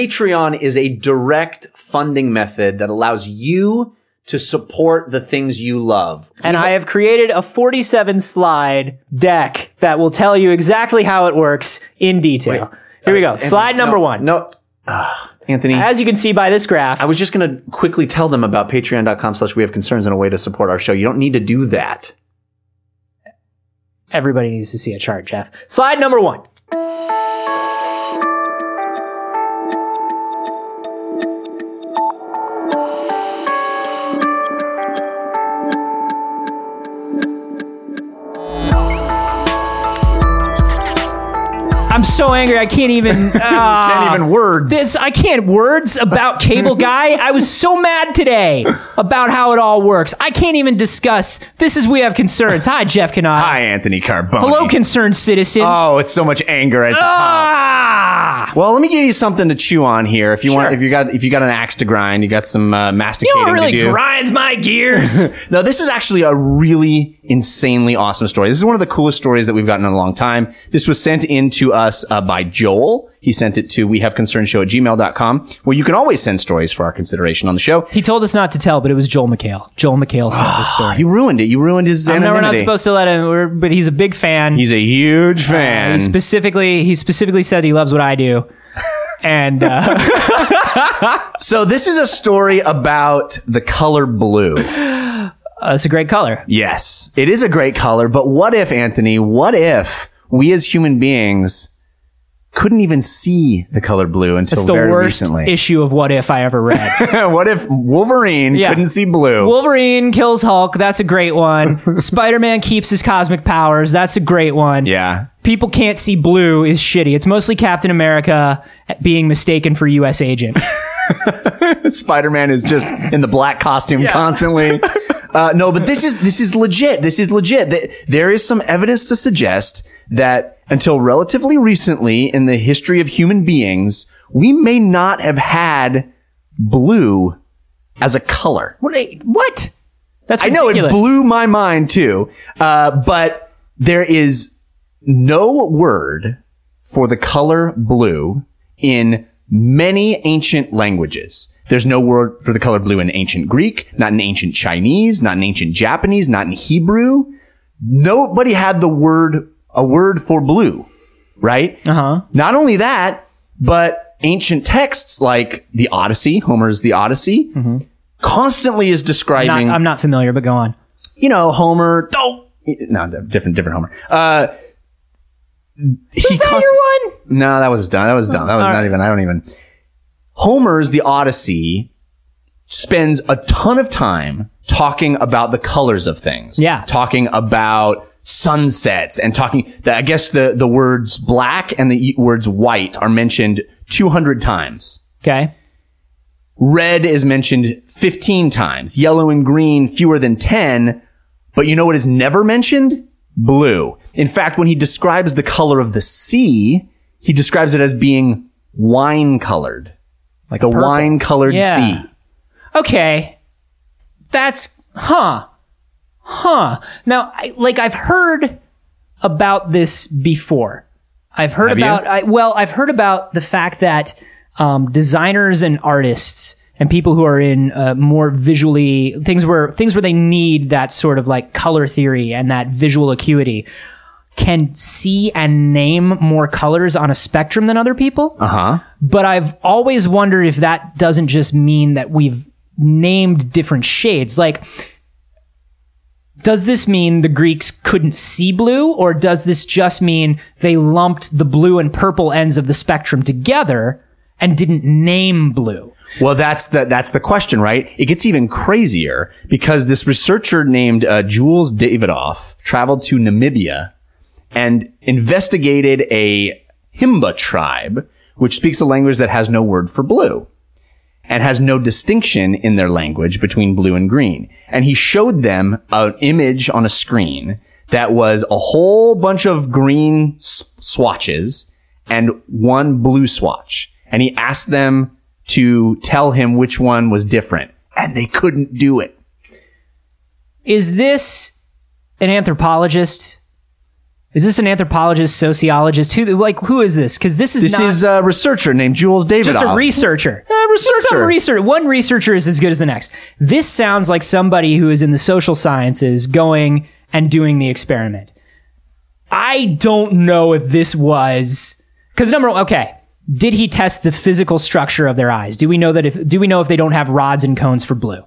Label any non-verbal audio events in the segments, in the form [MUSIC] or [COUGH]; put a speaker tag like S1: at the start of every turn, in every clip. S1: Patreon is a direct funding method that allows you to support the things you love.
S2: And I have created a 47 slide deck that will tell you exactly how it works in detail. Here we go. slide number
S1: uh, No,
S2: one.
S1: No, Ah, Anthony.
S2: As you can see by this graph,
S1: I was just going to quickly tell them about patreon.com slash we have concerns and a way to support our show. You don't need to do that.
S2: everybody needs to see a chart, Jeff. Slide number one. I'm so angry. I
S1: [LAUGHS]
S2: can't even. Ah.
S1: words.
S2: This I can't words about
S3: [LAUGHS]
S2: cable guy. I was so mad today about how it all works. I can't even discuss. This is we have concerns. Hi, Jeff Kanai.
S3: Hi, Anthony Carbone.
S2: Hello, concerned citizens.
S3: Oh, it's so much anger at the top.
S2: Ah!
S3: Well, let me give you something to chew on here. If you want,
S2: Sure.
S3: if you got, if you got an axe to grind, you got some uh,
S2: You
S3: masticating
S2: know what
S3: to
S2: really
S3: do.
S2: grinds
S3: [LAUGHS]
S2: my gears?
S3: No, this is actually a really insanely awesome story. This is one of the coolest stories that we've gotten in a long time. This was sent in to us uh, by Joel. He sent it to we have concern show at gmail.com where you can always send stories for our consideration on the show.
S2: he told us not to tell, but it was Joel McHale. Joel McHale sent this story.
S3: You ruined it. You ruined his
S2: I know
S3: anonymity.
S2: we're not supposed to let him, we're- but he's a big fan.
S3: He's a huge
S2: Uh,
S3: fan.
S2: he specifically, he specifically said he loves what I
S3: [LAUGHS]
S2: do. And uh,
S3: so this is a story about the color blue.
S2: uh, it's a
S3: [LAUGHS]
S2: great color.
S3: Yes, it is a great color, but what if, Anthony, what if we as human beings couldn't even see the color blue until
S2: It's the
S3: very
S2: worst
S3: recently?
S2: issue of What If I ever read.
S3: [LAUGHS] what if Wolverine
S2: Yeah.
S3: couldn't see blue?
S2: Wolverine kills Hulk. That's a great one. Spider Man keeps his cosmic powers. That's a great one.
S3: yeah.
S2: People can't see blue is shitty. It's mostly Captain America being mistaken for U.S. agent.
S3: Spider-Man is just in the black costume constantly. Uh, no, but this is this is legit. This is legit. Th- There is some evidence to suggest that until relatively recently in the history of human beings, we may not have had blue as a color.
S2: what? What? That's
S3: I know
S2: ridiculous.
S3: it blew my mind too. Uh, but there is no word for the color blue in many ancient languages. There's no word for the color blue in ancient Greek, not in ancient Chinese, not in ancient Japanese, not in Hebrew. Nobody had the word, a word for blue, right?
S2: Uh-huh.
S3: Not only that, but ancient texts like the Odyssey, Homer's The Odyssey, constantly is
S2: Mm-hmm. Not-
S3: describing
S2: I'm not familiar, but go on.
S3: you know, Homer. Oh, no, different, different Homer. Uh, he const-
S2: your one? Oh,
S3: no, that was done. That was done. That was
S2: all
S3: not
S2: right.
S3: even. I don't even. Homer's The Odyssey spends a ton of time talking about the colors of things.
S2: Yeah.
S3: talking about sunsets and talking. that- I guess the the words black and the e, words white are mentioned 200 times.
S2: Okay.
S3: Red is mentioned 15 times, yellow and green fewer than 10. But you know what is never mentioned? Blue. In fact, when he describes the color of the sea, he describes it as being wine colored, like the
S2: purple.
S3: wine colored
S2: Yeah.
S3: sea.
S2: Okay. That's huh. Huh. Now, I, like I've heard about this before. I've heard
S3: Have you?
S2: about I, well, I've heard about the fact that um, designers and artists and people who are in uh, more visually things where things where they need that sort of like color theory and that visual acuity can see and name more colors on a spectrum than other people
S3: Uh huh.
S2: but I've always wondered if that doesn't just mean that we've named different shades. Like, does this mean the Greeks couldn't see blue, or does this just mean they lumped the blue and purple ends of the spectrum together and didn't name blue?
S3: Well, that's the that's the question, right? It gets even crazier because this researcher named uh, Jules Davidoff traveled to Namibia and investigated a Himba tribe, which speaks a language that has no word for blue and has no distinction in their language between blue and green. And he showed them an image on a screen that was a whole bunch of green s- swatches and one blue swatch. And he asked them to tell him which one was different. And they couldn't do it.
S2: Is this an anthropologist Is this an anthropologist, sociologist? Who like who is this? Because this is
S3: This
S2: not
S3: is a researcher named Jules Davidoff.
S2: just a researcher.
S3: Yeah, researcher.
S2: Some researcher. One researcher is as good as the next. This sounds like somebody who is in the social sciences going and doing the experiment. I don't know if this was because number one, okay. Did he test the physical structure of their eyes? Do we know that if do we know if they don't have rods and cones for blue?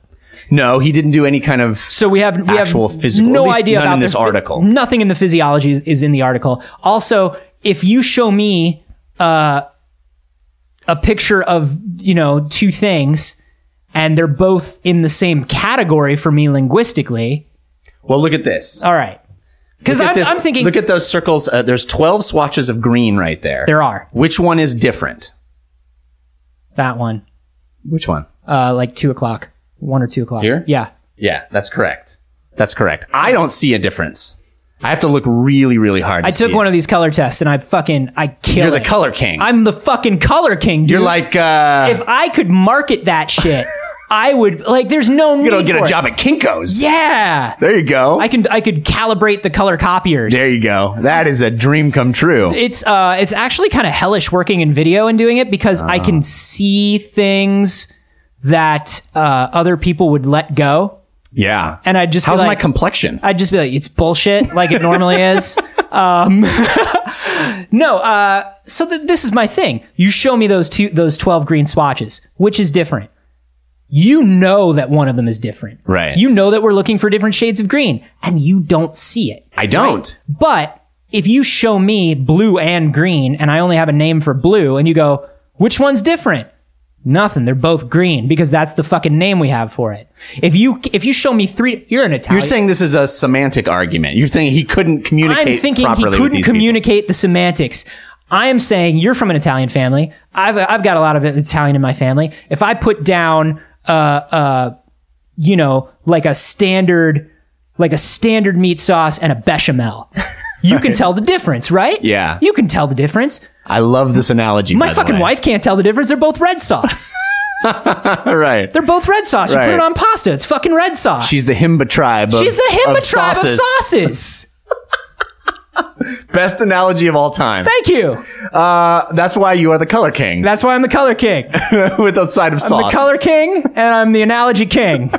S3: no, he didn't do any kind of
S2: So we have we
S3: Actual
S2: have
S3: physical- at
S2: no
S3: least
S2: idea
S3: none
S2: about
S3: in this
S2: their phy-
S3: article.
S2: Nothing in the physiology is, is in the article. Also, if you show me uh, a picture of you know two things, and they're both in the same category for me linguistically,
S3: Well, look at this.
S2: all right. Because
S3: Look at
S2: Uh, I'm,
S3: this.
S2: I'm thinking
S3: Look at those circles. Uh, there's 12 swatches of green right there.
S2: there are
S3: Which one is different?
S2: that one,
S3: Which one?
S2: uh, like two o'clock, one or two o'clock.
S3: Here?
S2: yeah.
S3: Yeah, that's correct. That's correct. I don't see a difference. I have to look really, really hard.
S2: I took one of these color tests, and I fucking I kill.
S3: You're the
S2: it.
S3: color king.
S2: I'm the fucking color king. Dude.
S3: You're like uh,
S2: if I could market that shit, I would like. There's no need.
S3: you don't get a
S2: for it.
S3: job at Kinkos.
S2: Yeah,
S3: There you go.
S2: I can. I could calibrate the color copiers.
S3: there you go. That is a dream come true.
S2: it's uh, it's actually kind of hellish working in video and doing it because I
S3: Ah.
S2: can see things that uh, other people would let go,
S3: yeah.
S2: and I'd just
S3: How's
S2: be
S3: my
S2: like,
S3: complexion?
S2: I'd just be like, it's bullshit, like it normally is. Um, [LAUGHS] no, uh, so th- this is my thing. You show me those two, those twelve green swatches, which is different. You know that one of them is different,
S3: Right.
S2: You know that we're looking for different shades of green, and you don't see it.
S3: I don't.
S2: But if you show me blue and green, and I only have a name for blue, and you go, which one's different? Nothing. They're both green because that's the fucking name we have for it. If you if you show me three, you're an Italian.
S3: You're saying this is a semantic argument. You're saying he couldn't communicate.
S2: I'm thinking he
S3: properly with
S2: couldn't
S3: these people.
S2: communicate the semantics. I am saying you're from an Italian family. I've I've got a lot of Italian in my family. If I put down uh uh you know like a standard like a standard meat sauce and a bechamel,
S3: [LAUGHS]
S2: you can tell the difference, right?
S3: Yeah.
S2: you can tell the difference.
S3: I love this analogy. by
S2: My
S3: the
S2: fucking
S3: way.
S2: wife can't tell the difference. They're both red sauce.
S3: [LAUGHS] All right.
S2: They're both red sauce. You
S3: Right.
S2: put it on pasta. It's fucking red sauce.
S3: She's the Himba tribe. Of,
S2: She's the Himba
S3: of
S2: tribe
S3: sauces.
S2: of sauces.
S3: Best analogy of all time.
S2: Thank you.
S3: Uh, that's why you are the color king
S2: That's why I'm the color king.
S3: [LAUGHS] with a side of sauce.
S2: I'm the color king and I'm the
S3: [LAUGHS]
S2: analogy king.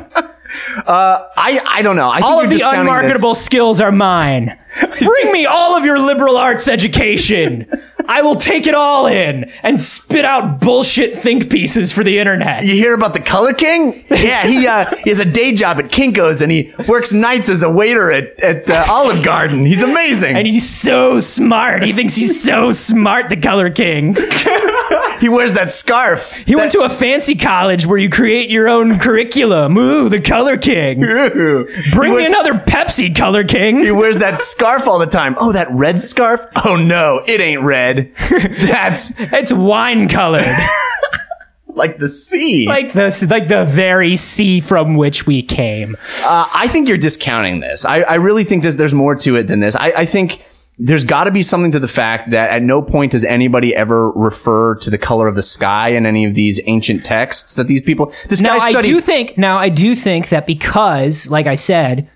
S3: I, I don't know. I think
S2: All
S3: you're
S2: of the
S3: discounting this.
S2: unmarketable skills
S3: [LAUGHS]
S2: are mine. Bring me all of your liberal arts education. I will take it all in and spit out bullshit think pieces for the internet.
S3: You hear about the color king? Yeah, he,
S2: [LAUGHS]
S3: uh, he has a day job at Kinko's and he works nights as a waiter at, at uh, Olive Garden. He's amazing.
S2: And he's so smart. He thinks he's
S3: [LAUGHS]
S2: so smart, the color king.
S3: he wears that scarf. [LAUGHS]
S2: He went to a fancy college where you create your own curriculum. Ooh, the color king.
S3: Ooh.
S2: Bring
S3: he
S2: me
S3: wears,
S2: another Pepsi, color
S3: He
S2: king.
S3: wears that scarf all the time. Oh, that red scarf? Oh no, it ain't
S2: [LAUGHS]
S3: red. That's
S2: It's
S3: [LAUGHS]
S2: wine colored.
S3: like the sea.
S2: like the like the very sea from which we came.
S3: Uh, I think you're discounting this. I, I really think that there's more to it than this. I, I think there's got to be something to the fact that at no point does anybody ever refer to the color of the sky in any of these ancient texts that these people. This
S2: Now
S3: guy
S2: I
S3: studied.
S2: do think now I do think that because like I said,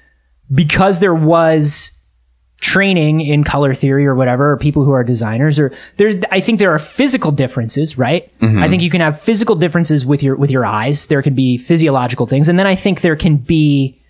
S2: because there was training in color theory or whatever, or people who are designers or there I think there are physical differences, right? I think you can have physical differences with your with your eyes. There can be physiological things. And then I think there can be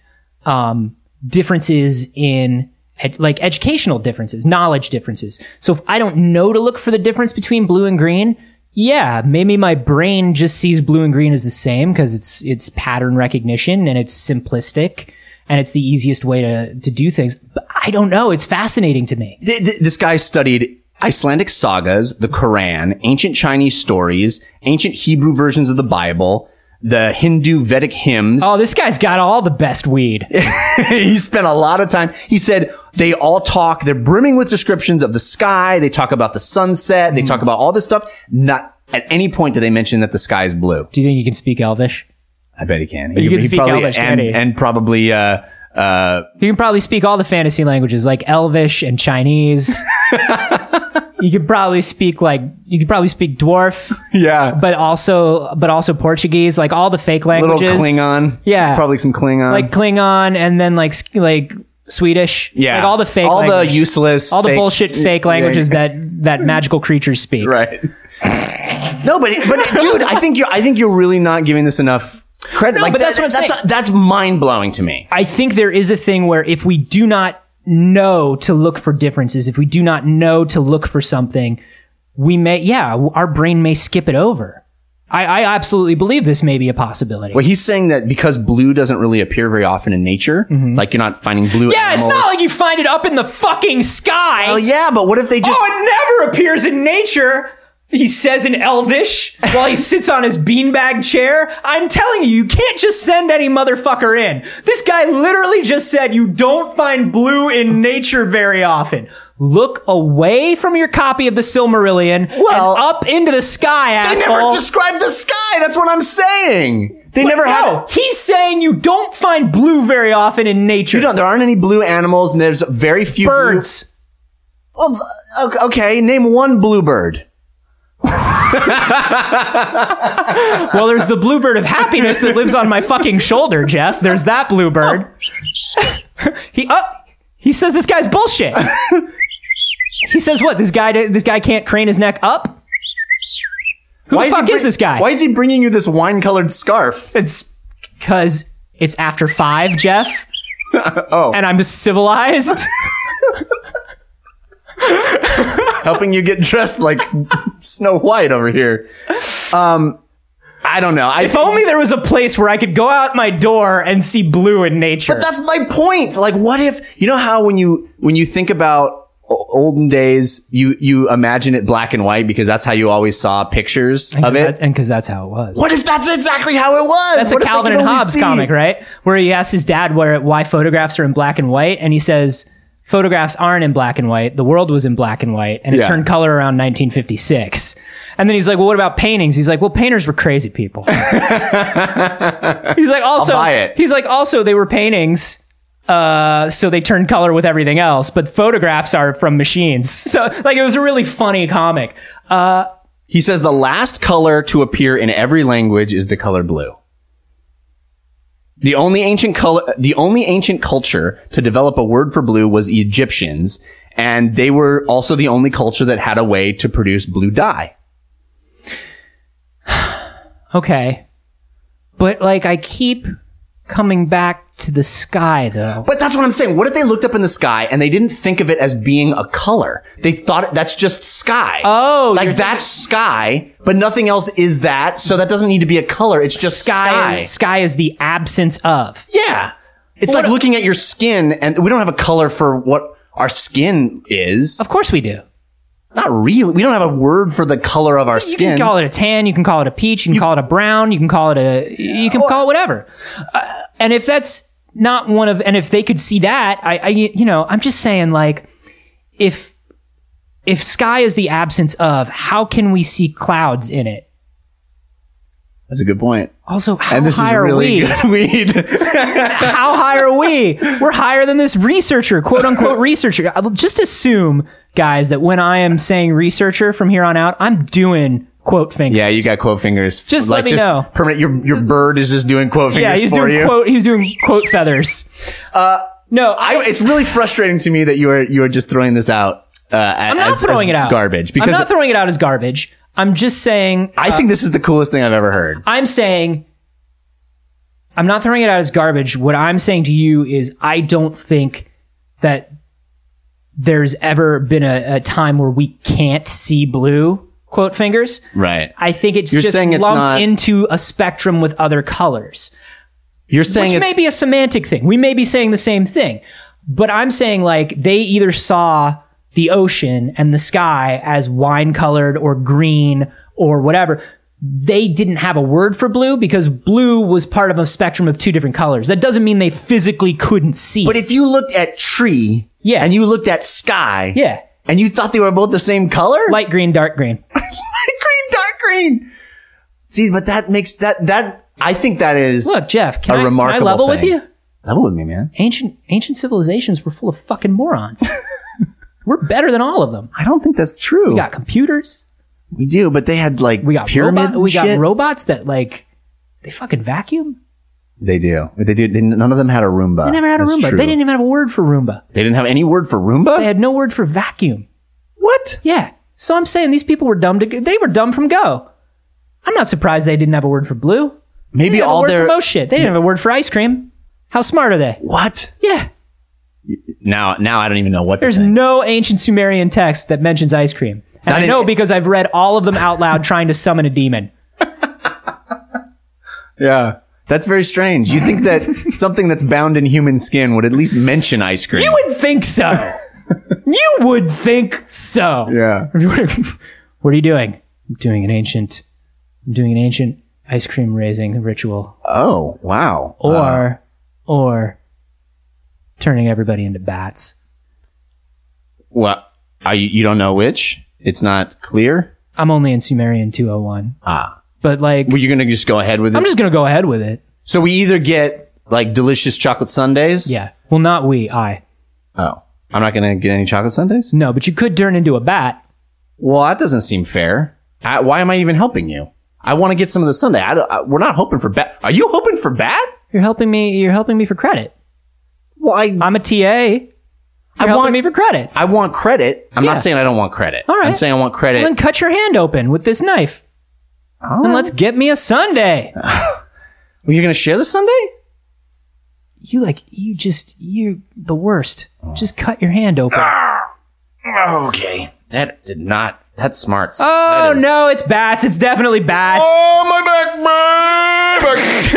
S2: um differences in ed- like educational differences, knowledge differences. So if I don't know to look for the difference between blue and green, yeah, maybe my brain just sees blue and green as the same because it's it's pattern recognition and it's simplistic and it's the easiest way to to do things. But I don't know. It's fascinating to me.
S3: Th- th- this guy studied Icelandic sagas, the Quran, ancient Chinese stories, ancient Hebrew versions of the Bible, the Hindu Vedic hymns.
S2: Oh, this guy's got all the best weed.
S3: [LAUGHS] he spent a lot of time. He said they all talk. They're brimming with descriptions of the sky. They talk about the sunset. They
S2: Hmm.
S3: talk about all this stuff. Not at any point do they mention that the sky is blue.
S2: Do you think you can speak Elvish?
S3: I bet he can.
S2: You can speak Elvish,
S3: and,
S2: can't he?
S3: and probably. Uh, uh,
S2: You can probably speak all the fantasy languages like Elvish and Chinese. you could probably speak like you could probably speak dwarf,
S3: yeah,
S2: but also but also Portuguese, like all the fake
S3: little
S2: languages.
S3: Klingon.
S2: Yeah.
S3: probably some Klingon.
S2: like Klingon, and then like sk- like Swedish.
S3: Yeah.
S2: Like all the fake,
S3: all
S2: language-
S3: the useless,
S2: all the
S3: fake-
S2: bullshit fake
S3: Yeah, [LAUGHS]
S2: languages that that magical creatures speak.
S3: Right. no, but but dude, I think you're I think you're really not giving this enough credit. like
S2: but
S3: that's
S2: that's what I'm
S3: that's, that's mind blowing to me.
S2: I think there is a thing where if we do not know to look for differences, if we do not know to look for something, we may, yeah, our brain may skip it over. I, I absolutely believe this may be a possibility.
S3: But he's saying that because blue doesn't really appear very often in nature, like you're not finding blue.
S2: yeah, it's not like you find it up in the fucking sky.
S3: Well, yeah, but what if they just?
S2: Oh, it never appears in nature. He says in Elvish while he sits on his beanbag chair. I'm telling you, you can't just send any motherfucker in. This guy literally just said you don't find blue in nature very often. Look away from your copy of the Silmarillion
S3: Well-
S2: and up into the sky,
S3: they
S2: asshole.
S3: never described the sky. That's what I'm saying. They never
S2: no,
S3: have.
S2: he's saying you don't find blue very often in nature.
S3: You know, there aren't any blue animals, and there's very few blue-
S2: Birds.
S3: Well, o- okay, name one bluebird.
S2: Well, there's the bluebird of happiness that lives on my fucking shoulder, Jeff. There's that bluebird. he oh, he says this guy's bullshit. he says what? This guy this guy can't crane his neck up? Who the
S3: he
S2: fuck is
S3: bring-
S2: this guy?
S3: Why is he bringing you this wine-colored scarf?
S2: It's cuz it's after 5, Jeff. oh. [LAUGHS] And I'm civilized.
S3: helping you get dressed like [LAUGHS] Snow White over here. Um, I don't know. I
S2: if only there was a place where I could go out my door and see blue in nature.
S3: but that's my point. Like, what if you know how when you when you think about o- olden days, you you imagine it black and white because that's how you always saw pictures of it.
S2: and cuz that's how it was.
S3: What if that's exactly how it was?
S2: That's
S3: What
S2: a
S3: if they
S2: Calvin
S3: could
S2: and
S3: only
S2: Hobbes
S3: see-
S2: comic, right? Where he asks his dad where why photographs are in black and white, and he says photographs aren't in black and white. The world was in black and white, and it
S3: Yeah.
S2: turned color around 1956. And then he's like, "Well, what about paintings?" He's like, "Well, painters were crazy
S3: [LAUGHS]
S2: people." he's like, "Also,
S3: buy it.
S2: he's like, also they were paintings." Uh, so they turned color with everything else, but photographs are from machines. [LAUGHS] So, like, it was a really funny comic. Uh,
S3: He says the last color to appear in every language is the color blue. The only ancient color, the only ancient culture to develop a word for blue was the Egyptians, and they were also the only culture that had a way to produce blue dye.
S2: Okay. But like I keep coming back to the sky though.
S3: But that's what I'm saying. What if they looked up in the sky and they didn't think of it as being a color? They thought it- that's just sky.
S2: Oh,
S3: like
S2: you're
S3: that's sky, but nothing else is that. So that doesn't need to be a color. It's just sky.
S2: Sky sky is the absence of.
S3: Yeah. It's like looking at your skin and we don't have a color for what our skin is.
S2: Of course we do.
S3: Not really. We don't have a word for the color of our
S2: You
S3: skin.
S2: can call it a tan, you can call it a peach, you can call it a brown, you can call it a you can call it whatever. Uh, and if that's not one of and if they could see that, I, I you know, I'm just saying like if if sky is the absence of, how can we see clouds in it?
S3: That's a good point.
S2: Also, how
S3: And this
S2: high
S3: is
S2: are
S3: really
S2: we?
S3: good [LAUGHS] weed.
S2: how high are we? We're higher than this researcher,
S3: [LAUGHS]
S2: quote unquote researcher. I'll Just assume, guys, that when I am saying researcher from here on out, I'm doing quote fingers.
S3: yeah, you got quote fingers.
S2: Just let me know.
S3: Permanent. Your your bird is just doing quote fingers
S2: Yeah, he's
S3: for
S2: doing
S3: you.
S2: quote. He's doing quote feathers. Uh, no, I.
S3: I- it's really frustrating to me that you are you are just throwing this out. Uh,
S2: I'm not throwing it out.
S3: Garbage.
S2: I'm
S3: Because
S2: not throwing it out as garbage. I'm just saying.
S3: I think this is the coolest thing I've ever heard.
S2: I'm saying I'm not throwing it out as garbage. What I'm saying to you is I don't think that there's ever been a, a time where we can't see blue quote fingers.
S3: Right.
S2: I think it's
S3: You're
S2: just
S3: saying it's
S2: lumped
S3: not-
S2: into a spectrum with other colors,
S3: You're saying
S2: which
S3: it's
S2: may be a semantic thing. We may be saying the same thing, but I'm saying like they either saw the ocean and the sky as wine colored or green or whatever. They didn't have a word for blue because blue was part of a spectrum of two different colors. That doesn't mean they physically couldn't see.
S3: But if you looked at tree,
S2: Yeah.
S3: and you looked at sky,
S2: yeah,
S3: and you thought they were both the same color,
S2: light green, dark green.
S3: green, dark green. See, but that makes that that I think that is
S2: Look, Jeff, can,
S3: A
S2: I, can I
S3: remarkable
S2: level with
S3: thing.
S2: you?
S3: Level with me, man.
S2: Ancient ancient civilizations were full of fucking morons. [LAUGHS] We're better than all of them.
S3: I don't think that's true.
S2: We got computers.
S3: We do, but they had like
S2: We got
S3: pyramids.
S2: robots. We
S3: and shit.
S2: got robots that like they fucking vacuum.
S3: They do. They do. They, none of them had a Roomba.
S2: They never had a
S3: That's
S2: Roomba.
S3: true.
S2: They didn't even have a word for Roomba.
S3: They didn't have any word for Roomba.
S2: They had no word for vacuum.
S3: what?
S2: Yeah. So I'm saying these people were dumb to they were dumb from go. I'm not surprised they didn't have a word for blue. They
S3: Maybe
S2: didn't have a
S3: all
S2: word
S3: their
S2: for most shit. They didn't have a word for ice cream. How smart are they?
S3: what?
S2: Yeah.
S3: Now, now I don't even know what.
S2: There's
S3: to think.
S2: no ancient Sumerian text that mentions ice cream. And
S3: Not
S2: I
S3: in-
S2: know because I've read all of them out loud trying to summon a demon.
S3: yeah. That's very strange. You think that [LAUGHS] something that's bound in human skin would at least mention ice cream?
S2: You would think so. [LAUGHS] you would think so.
S3: yeah.
S2: [LAUGHS] what are you doing? I'm doing an ancient I'm doing an ancient ice cream raising ritual.
S3: Oh wow.
S2: Or
S3: Uh,
S2: or turning everybody into bats.
S3: well, are you, you don't know which. It's not clear.
S2: I'm only in Sumerian 201.
S3: Ah.
S2: But like,
S3: Well, you're gonna just go ahead with it.
S2: I'm just going to go ahead with it.
S3: so we either get like delicious chocolate sundaes.
S2: Yeah. Well, not we, I.
S3: Oh, I'm not gonna get any chocolate sundaes.
S2: No, but you could turn into a bat.
S3: Well, that doesn't seem fair. I, why am I even helping you? I want to get some of the sundae. I don't, I, we're not hoping for bat. Are you hoping for bat?
S2: You're helping me. You're helping me for credit.
S3: Well, I,
S2: I'm a TA. You're helping
S3: want-
S2: me for credit.
S3: I want credit. I'm
S2: Yeah.
S3: not saying I don't want credit.
S2: All
S3: I'm
S2: right.
S3: saying I want
S2: And then
S3: credit.
S2: cut your hand open with this knife. And let's get me a Sunday.
S3: Well, you're gonna share the sundae?
S2: You like you just you the worst. Just cut your hand open.
S3: Okay, that did not. That's smarts.
S2: Oh
S3: That is-
S2: no, it's bats. It's definitely bats.
S3: Oh my back, my back.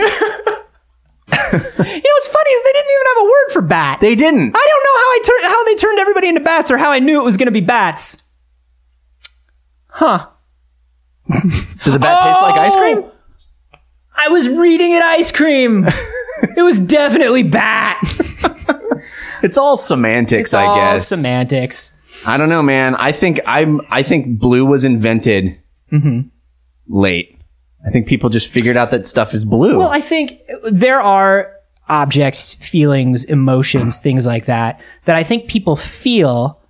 S2: You know what's funny is they didn't even have a word for bat.
S3: they didn't.
S2: I don't know how I tur- how they turned everybody into bats or how I knew it was going to be bats. Huh.
S3: Did the bat taste like ice cream?
S2: Oh! I was reading it
S3: [LAUGHS]
S2: ice cream. it was definitely bat.
S3: It's all semantics, I
S2: All
S3: guess.
S2: semantics.
S3: I don't know, man. I think I'm. I think blue was invented
S2: Mm-hmm.
S3: late. I think people just figured out that stuff is blue.
S2: Well, I think there are objects, feelings, emotions, things like that that I think people feel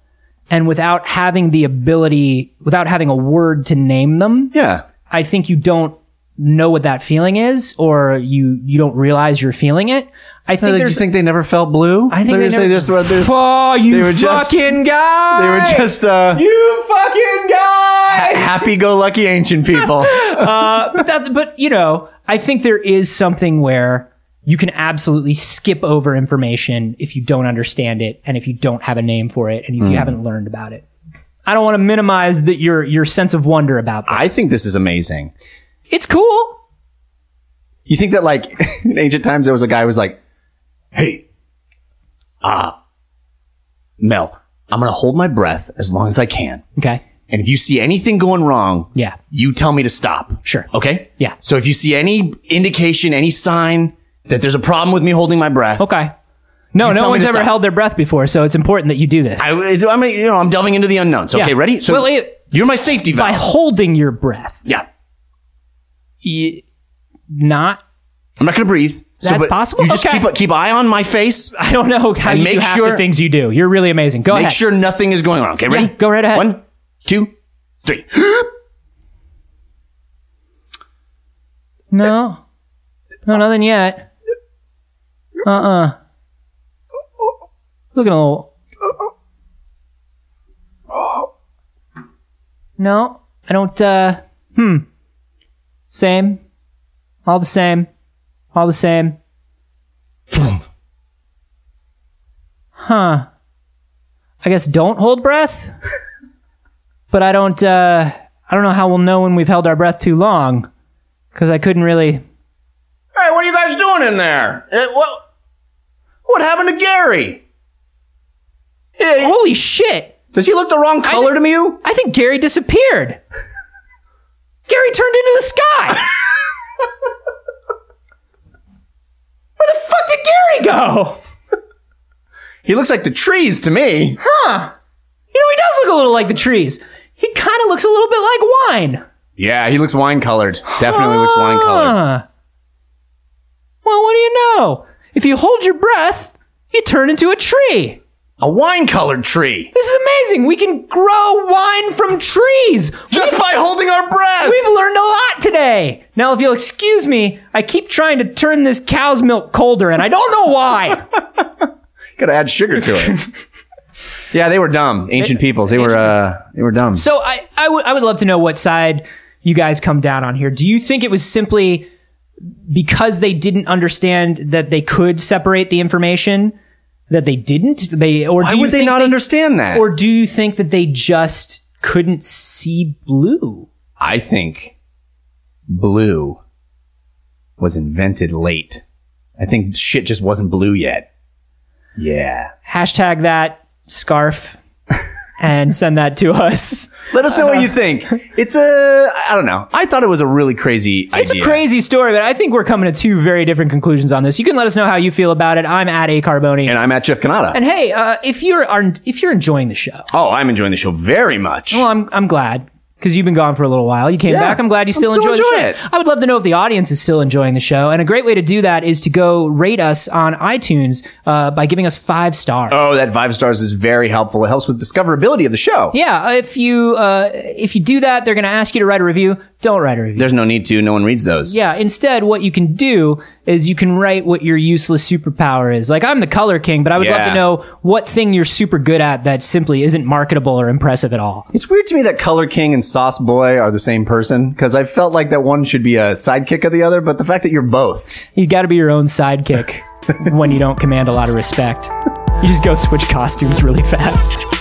S2: and without having the ability, without having a word to name them,
S3: yeah,
S2: I think you don't know what that feeling is, or you you don't realize you're feeling it. I think
S3: Do you
S2: there's.
S3: think they never felt blue?
S2: I think they
S3: just,
S2: never-
S3: just were-
S2: [LAUGHS]
S3: they just-
S2: oh, you
S3: they were just-
S2: fucking guy!
S3: they were just uh,
S2: you fucking
S3: [LAUGHS]
S2: guy.
S3: happy-go-lucky ancient
S2: [LAUGHS]
S3: people.
S2: uh, but that's but you know, I think there is something where you can absolutely skip over information if you don't understand it and if you don't have a name for it and if you haven't learned about it. I don't want to minimize that your your sense of wonder about this.
S3: I think this is amazing.
S2: it's cool.
S3: You think that like [LAUGHS] in ancient times there was a guy who was like, "Hey, ah, Mel, I'm gonna hold my breath as long as I can,
S2: Okay.
S3: and if you see anything going wrong,
S2: Yeah.
S3: you tell me to stop."
S2: Sure.
S3: Okay?
S2: Yeah.
S3: So if you see any indication, any sign that there's a problem with me holding my breath,
S2: Okay.
S3: tell
S2: No, no
S3: me
S2: one's
S3: to
S2: ever
S3: stop.
S2: held their breath before, so it's important that you do this.
S3: I, am gonna, you know, I'm delving into the unknowns. Okay,
S2: Yeah.
S3: ready? So
S2: Well, it-
S3: you're my safety
S2: By
S3: valve.
S2: holding your breath,
S3: yeah.
S2: you, not. [LAUGHS]
S3: I'm not gonna breathe. So,
S2: That's
S3: but
S2: possible?
S3: You just
S2: Okay.
S3: keep a, keep eye on my face.
S2: I don't know how
S3: And
S2: you
S3: make
S2: do half
S3: sure-
S2: the things you do. You're really amazing. Go
S3: Make
S2: ahead.
S3: sure nothing is going on. Okay, ready?
S2: Yeah, go right ahead.
S3: One, two, three.
S2: No. No, nothing yet. Uh uh Looking a little. No, I don't, uh. Hmm. Same. All the same. All the same. Huh. I guess don't hold [LAUGHS] breath. But I don't, uh. I don't know how we'll know when we've held our breath too long. Because I couldn't really.
S3: Hey, what are you guys doing in there? Uh, what, what happened to Gary? Eh,
S2: Holy shit!
S3: does he look the wrong color to you?
S2: I think Gary disappeared. Gary turned into the sky. [LAUGHS] Where the fuck did Gary go?
S3: He looks like the trees to me.
S2: Huh? You know he does look a little like the trees. He kind of looks a little bit like wine.
S3: Yeah, he looks wine colored. Definitely looks wine colored.
S2: Huh. Well, what do you know? If you hold your breath, you turn into a tree.
S3: a wine colored tree
S2: This is amazing. We can grow wine from trees.
S3: just by holding our breath.
S2: We've learned a lot today. Now, if you'll excuse me, I keep trying to turn this cow's milk colder, and I don't know why.
S3: Gotta add sugar to [LAUGHS] it. yeah, they were dumb. Ancient peoples. They were uh, they were dumb.
S2: [LAUGHS] so I, I, would I would love to know what side you guys come down on here. Do you think it was simply because they didn't understand that they could separate the information that they didn't? They or
S3: Why
S2: do you
S3: would they
S2: think
S3: not understand that?
S2: Or do you think that they just couldn't see blue?
S3: I think blue was invented late. I think shit just wasn't blue yet. Yeah.
S2: Hashtag that
S3: [LAUGHS]
S2: scarf and send that to us.
S3: Let us know what you
S2: Uh,
S3: think. It's a I don't know. I thought it was a really crazy idea.
S2: It's a crazy story, but I think we're coming to two very different conclusions on this. You can let us know how you feel about it. I'm at A Carboni.
S3: and
S2: And,
S3: I'm at Jeff Canada.
S2: hey, uh, if you're are, if you're enjoying the show,
S3: oh, I'm enjoying the show very much.
S2: well, I'm I'm glad because you've been gone for a little while. You came
S3: Yeah.
S2: back. I'm glad you
S3: I'm
S2: still,
S3: still
S2: enjoy,
S3: enjoy
S2: the
S3: it.
S2: show. I would love to know if the audience is still enjoying the show, and a great way to do that is to go rate us on iTunes uh, by giving us five stars.
S3: oh, that five stars is very helpful. It helps with discoverability of the show.
S2: Yeah, if you uh, if you do that, they're going to ask you to write a review. Don't write a review.
S3: There's no need to. No one reads those.
S2: Yeah, instead, what you can do is you can write what your useless superpower is. Like, I'm the color king, but I would love
S3: Yeah.
S2: to know what thing you're super good at that simply isn't marketable or impressive at all.
S3: It's weird to me that Color King and Sauce Boy are the same person because I felt like that one should be a sidekick of the other, but the fact that you're both.
S2: You gotta be your own sidekick when you don't command a lot of respect. You just go switch costumes really fast.